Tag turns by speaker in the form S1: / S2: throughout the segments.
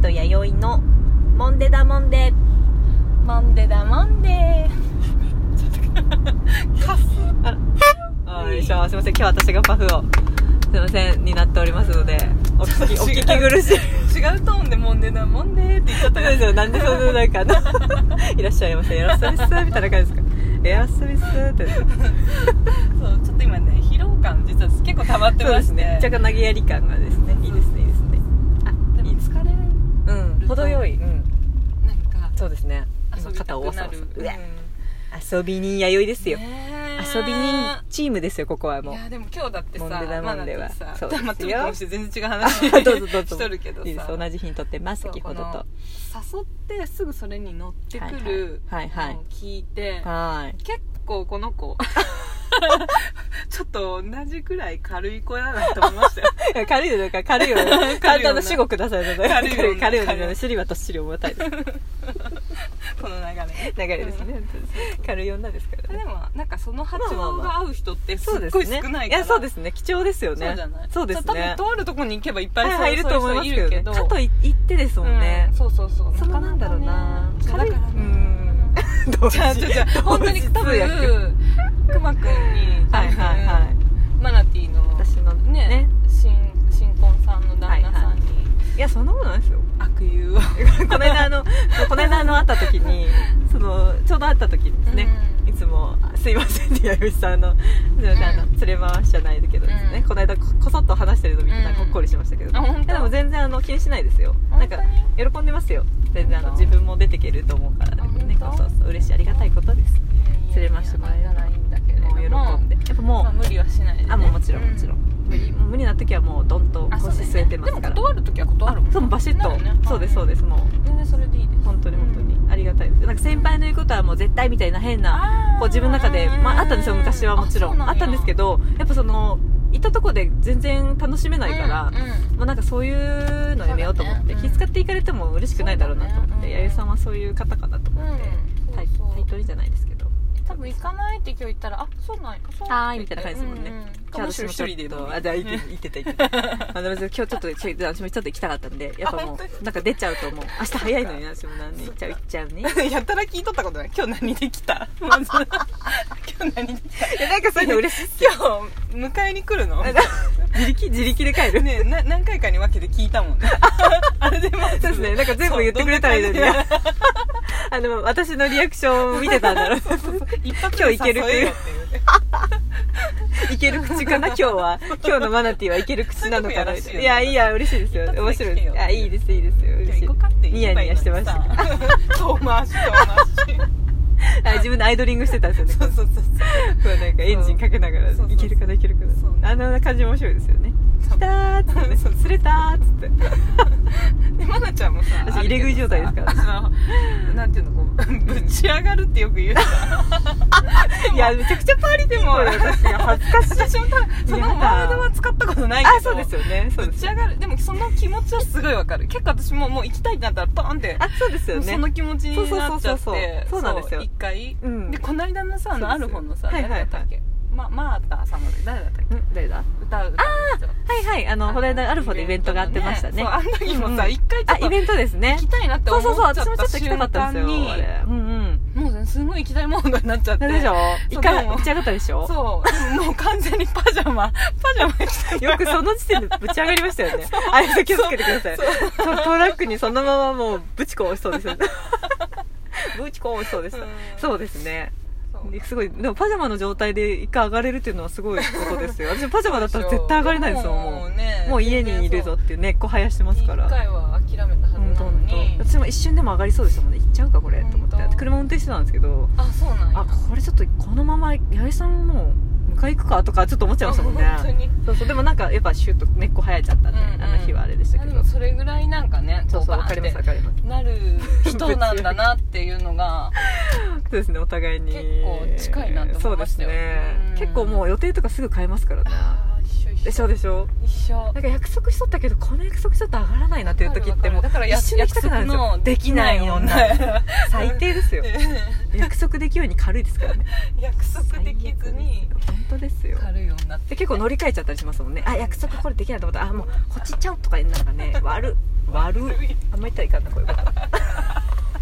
S1: と弥生のモンデダモンデ
S2: マンデだマンデ
S1: あよいしょすいません今日私がパフをすいませんになっておりますのでお聞きお聞き苦しい
S2: ー違うトーンでモンデだモンデーって言っちゃっ
S1: そうですよなんでそんななんかあの いらっしゃいませエラスミスみたいな感じですかエラスミスって
S2: たそうちょっと今ね疲労感実は結構溜まって
S1: そう
S2: ま
S1: です
S2: して
S1: ね若干投げやり感がですねいいですねいいですね
S2: でも疲れる
S1: うん程よいうん
S2: なんか
S1: そうですね
S2: 遊
S1: 今
S2: びた
S1: 肩を
S2: く
S1: わさ
S2: な
S1: わ
S2: る
S1: さ
S2: う
S1: うんわ遊び人弥生ですよ、
S2: ねえ
S1: 遊び人チームですよここはいもう
S2: やでも今日だってさ
S1: モンデだ
S2: マ
S1: モ
S2: ナ
S1: ンデ
S2: ティ
S1: は
S2: さ
S1: そうですよ
S2: まあちょっとこうして全然違う話
S1: どうぞどうぞ
S2: しとるけどさ
S1: いいです同じ日に撮ってます
S2: そう
S1: 先ほど
S2: ことの誘ってすぐそれに乗ってくる
S1: はいはいはい
S2: のを聞いて、
S1: はい
S2: 結構この子 ちょっと同じくらい軽い子だなと思いました よ
S1: いや軽いですから軽いよね
S2: 軽い
S1: 簡
S2: よな
S1: 単な主語くださいね
S2: 軽いよね
S1: 軽い軽いよ
S2: 軽い
S1: ねシリはとっしり重 たいです
S2: この流れね
S1: 流れですね軽い女ですからね
S2: でもなんかその波
S1: まあ
S2: 長
S1: まあま
S2: が合う人ってす
S1: そうで
S2: っ
S1: す
S2: ごい
S1: ね
S2: 少ない
S1: い
S2: から
S1: やそうですね貴重ですよね
S2: そうじゃない
S1: そうです
S2: 多分
S1: ね
S2: とあるとこに行けばいっぱい
S1: はいはいいると思いますけど,、ね、
S2: そういう
S1: かと
S2: 人いる
S1: い言ってです
S2: け
S1: もんね
S2: うん、、そうそうそう
S1: そのなんだろうな
S2: かかねそうだから
S1: う
S2: ね
S1: ん 同時
S2: じゃあじゃあじゃあ本当に多
S1: 同時通訳
S2: 分くまくんに
S1: はいはいはい
S2: マナティーの
S1: 私のね
S2: ね新新婚さんの旦那さんに
S1: いやそんなことないですよ
S2: 悪友を
S1: この間あのこの間あの会った 時にそのちょうど会った時にですね、
S2: うん
S1: いつも「あすいません」って弥生さんの「すいませんあの
S2: うん
S1: 連れ回しじゃないけどですね、
S2: うん
S1: この間ここそっと話してるの見てなんか
S2: うん
S1: ほっこりしましたけど、
S2: あ本当
S1: いやでも全然あの気にしないですよなんか
S2: 本
S1: 喜んでますよ全然あの
S2: 本当
S1: 自分も出てけると思うから
S2: あ
S1: ね
S2: 本当
S1: そうそう嬉しいありがたいことです連れ回してもらえ
S2: た
S1: た
S2: ら
S1: ら
S2: いいんだけれど
S1: もう喜んでやっぱもう、
S2: まあ無理はしないで、ね、
S1: あもうもちろんもちろん、
S2: う
S1: 無理もう無理な時はもうどんと
S2: あそう
S1: 腰
S2: だよね
S1: 据えてます
S2: で
S1: か
S2: も
S1: ら
S2: 断るときは断るもん
S1: そうもうバシッと、
S2: だよね
S1: そうですそうですすもう
S2: 全然それでいいです
S1: 本当に本当に、
S2: うん
S1: ありがたいですなんか先輩の言うことはもう絶対みたいな変な
S2: あー
S1: こう自分の中で、まあ、あったんですよ昔はもちろ
S2: あそうんな
S1: あ
S2: や
S1: ったんですけどやっぱその行ったとこで全然楽しめないから、
S2: うんうん
S1: もうなんかそういうのやめようと思って、
S2: そうだねうん
S1: 気遣っていかれても嬉しくないだろうなと思
S2: そう
S1: っ
S2: だ
S1: て、
S2: ねうん
S1: 弥生さんはそういう方かなと思って、
S2: うん
S1: 対
S2: そうそう
S1: 対等にじゃないですけど
S2: 多分行かないって今日言ったらあそうなんやそう
S1: あーみたいな感じですもんね
S2: うう
S1: じゃあ
S2: むしろ一人で
S1: 私
S2: どう
S1: もちょっ
S2: ぞ
S1: とあじゃあ行って行ってた行ってたあでも今日ちょっと私もちょっと行きたかったんでやっぱ
S2: あ
S1: も
S2: 本当
S1: うなんか出ちゃうと思う明日早いのにな私もなんで行っちゃう行っちゃう ね
S2: やったら聞いとったことない今日何でき たまず今日何できた
S1: いやなんかそういうの嬉しいっすよ
S2: 今日迎えに来る の
S1: なんか自力 自力で帰る
S2: ねな何回かに分けて聞いた もんねあれでまず
S1: そうですねなんか全部言ってくれたらいいのに
S2: そうどんな
S1: あの私のリアクションを見てたん だろう
S2: 一発
S1: 今日いけるっていう
S2: 誘えよっていうね
S1: いける口かな今日は今日のマナティーはいける口なのかなみたい
S2: そういうとこやらしいよ
S1: な
S2: ね
S1: いやいや嬉しいですよ
S2: 一
S1: 面
S2: 発で
S1: 白
S2: 聞け
S1: い
S2: よ
S1: ですあいいですいいですよ
S2: じゃ
S1: 嬉
S2: あ
S1: しい
S2: 行こうかって
S1: ニヤニヤしてました
S2: た遠回し遠回し
S1: あ自分でアイドリングしてたんですよね
S2: そうそうそう
S1: こうなんかエンジンかけながら
S2: そうそうそう
S1: いけるかないけるか
S2: そう
S1: なあの感じも面白いですよね
S2: そう
S1: 来たーっつってね
S2: そう
S1: 釣れたーっつって
S2: そうでまなちゃんもさ
S1: 私入れ食い状態ですから
S2: らなんていうのこうぶち上がるってよく言うじゃ
S1: いやめちゃくちゃパーリーで も私が恥ずかしい
S2: ん私も多分そのワードは使ったことないけど
S1: あそうですよねそう
S2: ぶ
S1: です
S2: ち
S1: よ
S2: 上がるでもその気持ちはすごいわかる結構私ももう行きたいってなったらパーンって
S1: あそうですよ
S2: もう
S1: ね
S2: その気持ちになっちゃっ
S1: そうそうそうそう
S2: て
S1: そうなんですよ
S2: そう一回、
S1: うん
S2: でこの間のさ
S1: そうですよ
S2: ある方のさ
S1: はいは
S2: 誰
S1: いはい
S2: だったっけ、まマータさんだっけ誰だったっけ
S1: ん誰だ
S2: 歌う歌う
S1: はいはいあ
S2: あ
S1: のこの間アルファでイベントがあってましたね
S2: そうあん時もさ
S1: うん
S2: 一回ちょ
S1: あ
S2: っと
S1: イベントですね
S2: 行きたいなって
S1: そ
S2: 思
S1: う
S2: っちゃ
S1: そうそう
S2: った
S1: 私もちょっと行きたかったんです
S2: 瞬
S1: よ
S2: 間
S1: あ
S2: に
S1: れうんうん
S2: もうねすごい行きたいものになっちゃって
S1: なんでしょ
S2: そう
S1: 一回
S2: でも
S1: ぶち上がったでしょ
S2: そうでももう完全にパジャマ パジャマ着て
S1: よくその時点でぶち上がりましたよねあれだけ気をつけてくださいトトラックにそのままもうぶちこ落ちそうですよね ぶちこ落ちそうです
S2: うん
S1: そうですね
S2: そう
S1: すごいでもパジャマの状態で一回上がれるっていうのはすごいことですよ私パジャマだったら絶対上がれないですよも
S2: もう
S1: う
S2: ね
S1: もう家にいるぞっていう根っこ生やしてますから
S2: 一回は諦めたはず
S1: 本
S2: な
S1: 当
S2: の
S1: 本
S2: に
S1: 当私も一瞬でも上がりそうでしたもんね行っちゃうかこれと思
S2: 本
S1: っ
S2: 当
S1: て車運転してたんですけど
S2: あそうなんや
S1: あこれちょっとこのまま八重さんもう迎え行くかとかちょっと思っちゃいましたもんね
S2: 本当に
S1: そうそうでもなんかやっぱシュッと根っこ生えちゃったんで、
S2: うんうん
S1: あの日はあれでした
S2: あ
S1: け
S2: で
S1: ど
S2: もそれぐらいなんかね
S1: そうそう
S2: こ
S1: わ
S2: バ
S1: か
S2: ー
S1: り
S2: ンっ
S1: ますわ
S2: て
S1: かります
S2: なる人なんだなっていうのが
S1: そうですねお互いに
S2: 結構近いなって思いましたよ
S1: そうですね、
S2: うん
S1: 結構もう予定とかすぐ変えますからね
S2: あー一緒
S1: で
S2: 一
S1: しょ
S2: 緒
S1: でしょ
S2: 一緒
S1: なんか約束しとったけどこの約束ちょっと上がらないなっていう時ってもう
S2: だからや
S1: 一緒に行きたくなるんですよ
S2: 約束の
S1: できない女最低で すよ約束できるように軽いですからね
S2: 約束できずに
S1: 最悪ですよ本当ですよ
S2: 軽い女って
S1: で結構乗り換えちゃったりしますもんねあ約束これできないと思ったらあもうこっち行っちゃおうとかなんかね悪悪いあんま言ったらいかんなこういうこと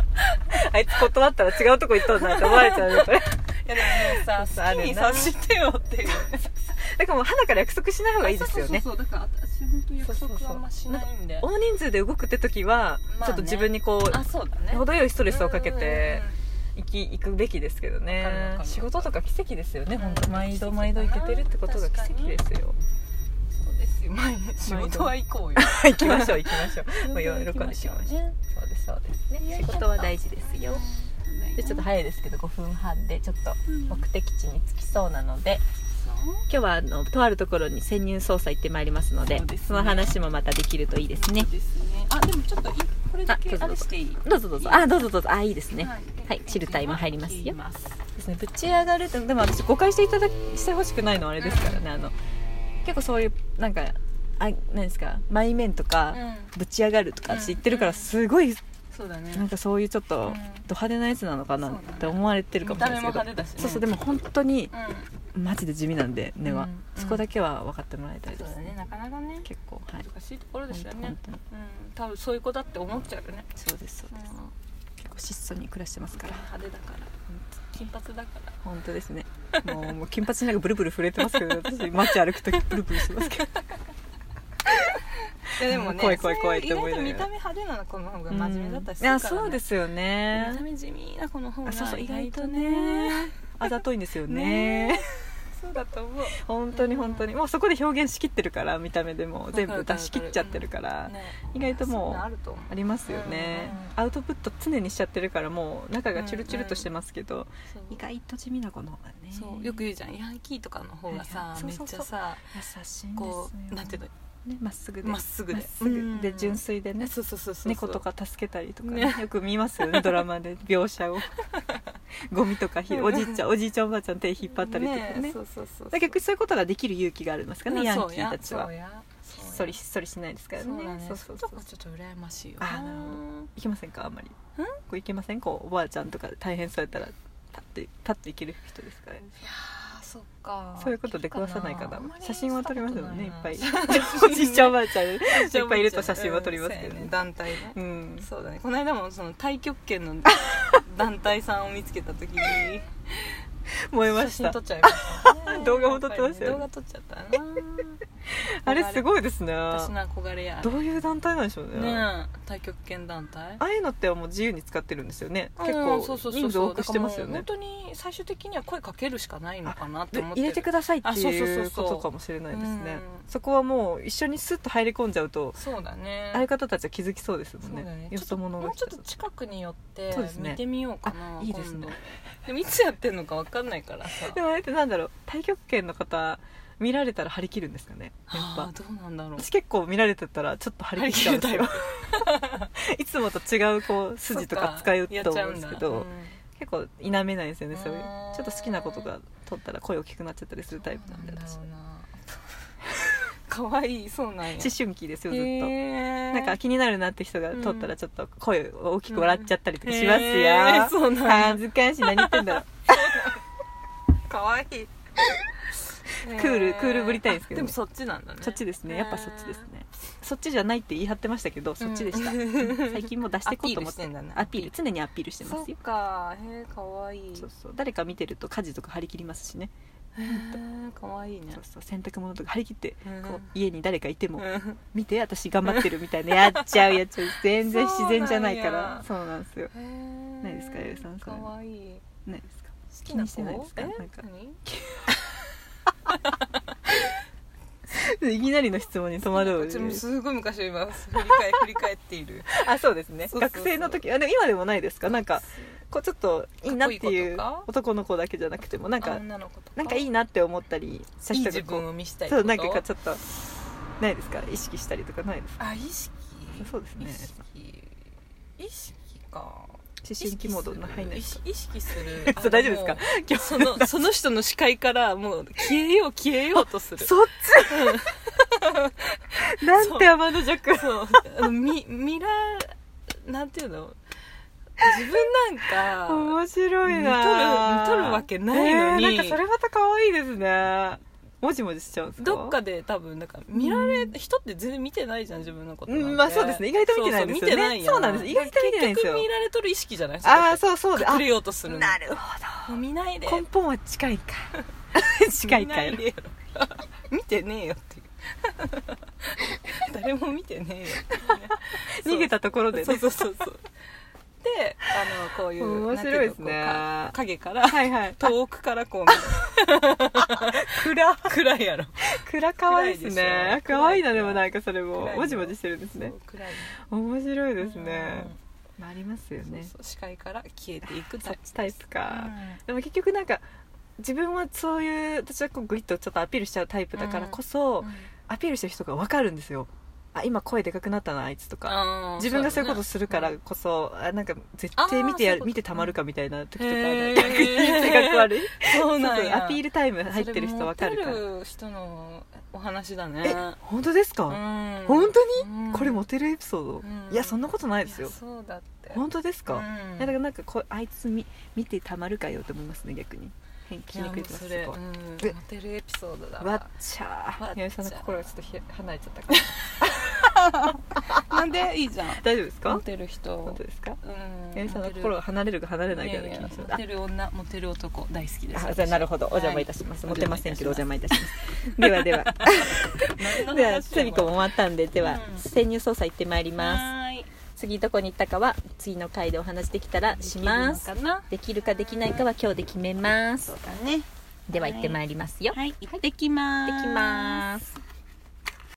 S1: あいつ断ったら違うとこ行っとんなって思われちゃう ねこれ
S2: いやでもさ
S1: そうあ
S2: 好きに
S1: る
S2: さ
S1: な
S2: せてよっていう
S1: だからもう花から約束しない方がいいですよね
S2: そうそうそうだから私本当約束あんましないんで
S1: 大人数で動くって時は、
S2: まあね
S1: ちょっと自分にこ
S2: あ
S1: う
S2: そうだね
S1: 程よいストレスをかけ
S2: うんうん
S1: て行き行くべきですけど
S2: わかるわか
S1: ね
S2: る
S1: 仕事とか奇跡ですよね
S2: うん
S1: 本当毎度毎度行けてるってことが奇跡ですよ
S2: うんそうですよ毎日仕事は行こうよ
S1: 行きましょう行きましょうもう喜ん
S2: 行
S1: でき
S2: き
S1: ま
S2: ま
S1: し
S2: し
S1: ょ
S2: ょう
S1: うそうですそうです
S2: いやちょ
S1: ね仕
S2: っと
S1: 事は大事ですよでちょっと早いですけど5分半でちょっと
S2: うん
S1: 目的地に着きそうなので
S2: そう
S1: 今日はあのとあるところに潜入捜査行ってまいりますので
S2: そうですね
S1: その話もまたできるといいですね
S2: そうですねあでもちょっといこれだけ
S1: あどうぞ
S2: あれしていい
S1: どうぞどうぞあどうぞどうぞあいいですね、はいチルタイム入りますよ
S2: 切す
S1: ですねぶち上がるってでも私誤解していただきしてほしくないのはあれですからね、あの結構そういうなんかあ何ですか前面とか、
S2: うん
S1: ぶち上がるとか
S2: うん
S1: 私言ってるからすごい
S2: そうだね
S1: なんかそういうちょっと、
S2: うん
S1: ド派手なやつなのかなっ
S2: そうだね
S1: て思われてるかもしれないで
S2: 見
S1: すけど、
S2: た目も派手だしね
S1: そうそうでも本当に
S2: う
S1: マジで地味なんで根は、
S2: うん
S1: そこだけは分かってもらいたい
S2: ん
S1: で
S2: そう
S1: す、
S2: だねなかなかね
S1: 結構はい
S2: 難しいところですよね
S1: 本当に
S2: うん多分そういう子だって思っちゃうよね
S1: そうですそう
S2: う
S1: で
S2: ん
S1: す、結構質素に暮らしてますから
S2: 派手だから金髪だから
S1: 本当ですねもうもう金髪なんかブルブル震えてますけど私街歩く時ブルブルしてますけど
S2: いやでもね
S1: 怖い怖い怖いって
S2: そう
S1: 思
S2: う
S1: い
S2: 意外
S1: なが
S2: と
S1: ら
S2: 見た目派手な子の方が 真面目だったりするか
S1: い
S2: ら、
S1: や
S2: ね、
S1: そうですよ
S2: 見
S1: ね
S2: た目地味な子の方が
S1: あそうそう
S2: 意
S1: 意外
S2: 外
S1: と
S2: とね
S1: ねあざといんですよね
S2: ねそうだと 思う
S1: 本当に本当にもうそこで表現しきってるから見た目でも全部出し切っちゃってるから、
S2: ね
S1: 意外とも
S2: そういのあると思う
S1: ありますよね、
S2: うんうんうん
S1: アウトプット常にしちゃってるからもう中がチュルチュルとしてますけど、
S2: そう
S1: 意外と地味な子の方がね
S2: そうよく言うじゃんヤンキーとかの方が
S1: はい
S2: さ
S1: はいそう
S2: めっ
S1: そう
S2: ち
S1: そう
S2: ゃさ
S1: 優しいんですよ
S2: こうなんていう
S1: ねまっすぐで
S2: のまっすぐで
S1: まっすぐで
S2: うん
S1: 純粋でね
S2: そうそうそうそう
S1: 猫とか助けたりとかね、
S2: ね
S1: よく見ますよ ねドラマで描写をゴミとかひ
S2: うん
S1: おじいちゃんおじいちゃんおばあちゃん手引っ張ったりとかね
S2: そうそうそう
S1: だから逆にそういうことができる勇気があるんですかね、ヤンキーたちは
S2: ひ
S1: ひっそりひっそりしないですからね
S2: そうだね
S1: そ
S2: そうう
S1: そ
S2: そうう
S1: そ
S2: そううちょっと羨ましいよ
S1: あーなるほいけませんかあんまりこういけませんこうおばあちゃんとか大変そうやったらパッてパッていける人ですからね
S2: あーそっか
S1: そういうこと出くわさないか
S2: あ
S1: な
S2: まり
S1: 写真は撮りますよねいっ
S2: したこ
S1: ぱ
S2: と
S1: い
S2: な
S1: おじいちゃんおばあちゃんいっ
S2: おじいちゃんおばあちゃん
S1: ぱいいると写真は撮りますけ
S2: うんそうや
S1: どね
S2: ね団体ね
S1: うん
S2: そうだねこの間もその太極拳 の団体さんを見つけた時に
S1: 思いま
S2: 写
S1: し
S2: 真
S1: た
S2: 撮っちゃいました、ね
S1: 、動画も撮ってましたよね
S2: 動画撮っちゃったな
S1: あれす
S2: い
S1: ごいですね
S2: 私の憧れや
S1: どういう団体なんでしょうね
S2: ねえ太極拳団体
S1: ああいうのってもう自由に使ってるんですよね結
S2: うんそうそうそうそ
S1: 構
S2: う
S1: 人数多くしてますよ
S2: だ
S1: ね
S2: からもう本当に最終的には声かけるしかないのかなって
S1: で
S2: 思って
S1: 入れてくださいって
S2: あそうそう
S1: い
S2: そうう
S1: こ
S2: そう
S1: とかもしれないですね
S2: うん
S1: そこはもう一緒にスッと入り込んじゃうと
S2: そうだね
S1: ああいう方たちは気づきそうですも
S2: そ
S1: ん
S2: うだ
S1: ね
S2: ね
S1: よ
S2: ちょっと
S1: そ者
S2: も
S1: が
S2: う
S1: 来
S2: ち
S1: た
S2: ょっと近くに寄って
S1: そうですね
S2: 見てみようかな
S1: あいいです
S2: 今
S1: ね
S2: 度でもいつやってんのか分かんないから さ
S1: でもあれってなんだろう太極拳の方見られたら張り切るんですかねやっ
S2: あ
S1: ぱ
S2: ーどうなんだろう
S1: 私結構見られてたらちょっと張り切っちゃうんですよ いつもと違うこう筋とか使うと思うんです
S2: そっかや
S1: けど、
S2: っちゃうんだ
S1: 結構否めないんですよねそういう
S2: あー
S1: ちょっと好きなことが取ったら声大きくなっちゃったりするタイプなんで私
S2: そうなんだ ろうな可愛いそうなんや
S1: 思春期ですよずっと
S2: な
S1: なんか気になるなって人が撮ったらちょっと声を大きく笑っちゃったりとかしますよ、
S2: そうなん
S1: 恥ずかしい何言ってんだろう
S2: 可 愛い
S1: クールクールぶりたいんですけどね
S2: あでもそっちなんだね
S1: そっちですねやっぱそっちですねそっちじゃないって言い張ってましたけどそっちで した、
S2: う
S1: 最近もう出していこうと思って
S2: アピールしてんだね
S1: アピール常にアピールしてま
S2: そ
S1: す
S2: っ
S1: よ
S2: かへえ可愛い
S1: そうそう誰か見てると家事とか張り切りますしね
S2: へえ可愛いね
S1: そうそう洗濯物とか張り切って
S2: うん
S1: こう家に誰かいても
S2: うん
S1: 見て私頑張ってるみたいなやっちゃうやっ ちゃう全然自然じゃないから
S2: そ
S1: そうなんですよ
S2: へえ
S1: ないですかエルさんそれ
S2: 可愛い
S1: ないですか
S2: 好きな
S1: 気にして
S2: 子
S1: ないですか
S2: え
S1: なんか
S2: 何
S1: いきなりの質問に戸惑う
S2: ちょすごい昔を今振り返振り返っている
S1: あそうですね
S2: そうそうそう
S1: 学生の時あでも今でもないですかなんかこうちょっといいなっていう
S2: かっこいい子とか
S1: 男の子だけじゃなくてもなん
S2: あ
S1: か
S2: 女の子とか
S1: なんかいいなって思ったりした
S2: いい
S1: 人
S2: 自
S1: がこ
S2: 分
S1: う
S2: を見せたいって
S1: そ
S2: こ
S1: う
S2: と
S1: なんかちょっとないですか意識したりとかないですか
S2: あ意識
S1: そうですね
S2: 意識意識か
S1: 思春期モードの入んないですか
S2: 意識する
S1: そう大丈夫ですか今日
S2: その その人の視界からもう消えよう消えようとす る
S1: そっちなんて天の弱
S2: そうあのみ見らなんていうの自分なんか
S1: 面白いな
S2: 見とる見とるわけないのに
S1: えーなんかそれまた可愛いですねもじもじしちゃうんですか
S2: どっかで多分なんか見られ、人って全然見てないじゃん自分のことなんて
S1: うんまあそうですね意外と見てないんですよ
S2: そ
S1: ね
S2: うそう見てないや
S1: そうなんです意外と見てないんですよ
S2: 結局見られとる意識じゃないです
S1: あ
S2: か
S1: あそうそうであ
S2: 隠れようとするの
S1: なるほ
S2: もう見ないで
S1: ど根本は近 いか近いか
S2: 見な
S1: よ
S2: いで 見てねえよっていう 誰も見てねえよっていうね
S1: 逃げたところでね
S2: そうそうそうそうであのこういう
S1: 面
S2: なんてう
S1: 白
S2: の
S1: いですね
S2: こうか影から
S1: はいはい
S2: 遠くからこう見る
S1: 暗
S2: 暗いやろ
S1: 暗かわいで
S2: 暗い
S1: す
S2: で
S1: ね
S2: しょ
S1: 可愛いなでもなんかそれ
S2: 暗
S1: も
S2: いよ
S1: もじもじしてるんですね
S2: そう暗い
S1: 面白いですね
S2: うん
S1: まあありますよ
S2: そ
S1: ね
S2: うそう視界から消えていく
S1: そ
S2: タ
S1: っ
S2: イプ
S1: ちタイプか
S2: うん
S1: でも結局なんか自分はそういう私はこうグイッとちょっとアピールしちゃうタイプだからこそ、アピールしてる人が分かるんですよあ今声でかくなったなあいつとか
S2: あー
S1: 自分がそういうことするから
S2: そう
S1: こそ、あなんか絶対見てや
S2: あーそういうこ
S1: る
S2: と
S1: 見てたまるかみたいな時とかある
S2: へー
S1: 逆に性格悪い
S2: だねそうなん
S1: そうそ
S2: や
S1: うアピールタイム入ってる人分か
S2: そ
S1: るから
S2: れモテる人のお話だね
S1: え本当ですか、
S2: うん
S1: 本当に、
S2: うん
S1: これモテるエピソード、
S2: うん
S1: いやそんなことないですよ
S2: いやそうだって
S1: 本当ですか、い
S2: うん
S1: やだからなんかこうあいつ見見てたまるかよと思いますね逆に変気にくいです
S2: い
S1: そ
S2: や
S1: れ
S2: もうそれ、う
S1: わ
S2: ん、モテるエピソードだ
S1: っ
S2: わ
S1: ちゃ
S2: わっちゃ
S1: ー
S2: ー
S1: 宮さんの心がちょっとひ離れちゃったから
S2: なんでいいじゃん
S1: 大丈夫ですか
S2: モテる人
S1: 本当ですか
S2: うん
S1: 宮さんの
S2: モテる
S1: 心が離れるか離れない
S2: い
S1: か
S2: や
S1: の
S2: い
S1: 気
S2: や
S1: がする
S2: モテる女モテる男大好きです
S1: あじゃあなるほどお邪魔いたします、
S2: はい
S1: モテませんけどお
S2: お
S1: 邪
S2: 邪
S1: 魔いたしますではでは
S2: ほ
S1: ではセミコも終わったんででは、
S2: うん
S1: 潜入捜査行ってまいります
S2: はーい
S1: 次どこに行ったかは次の回でお話できたらします
S2: できるのかな
S1: できるかできないかは今日で決めます
S2: そうだね
S1: では行ってまいりますよ、
S2: はい行ってきまー
S1: 行ってきます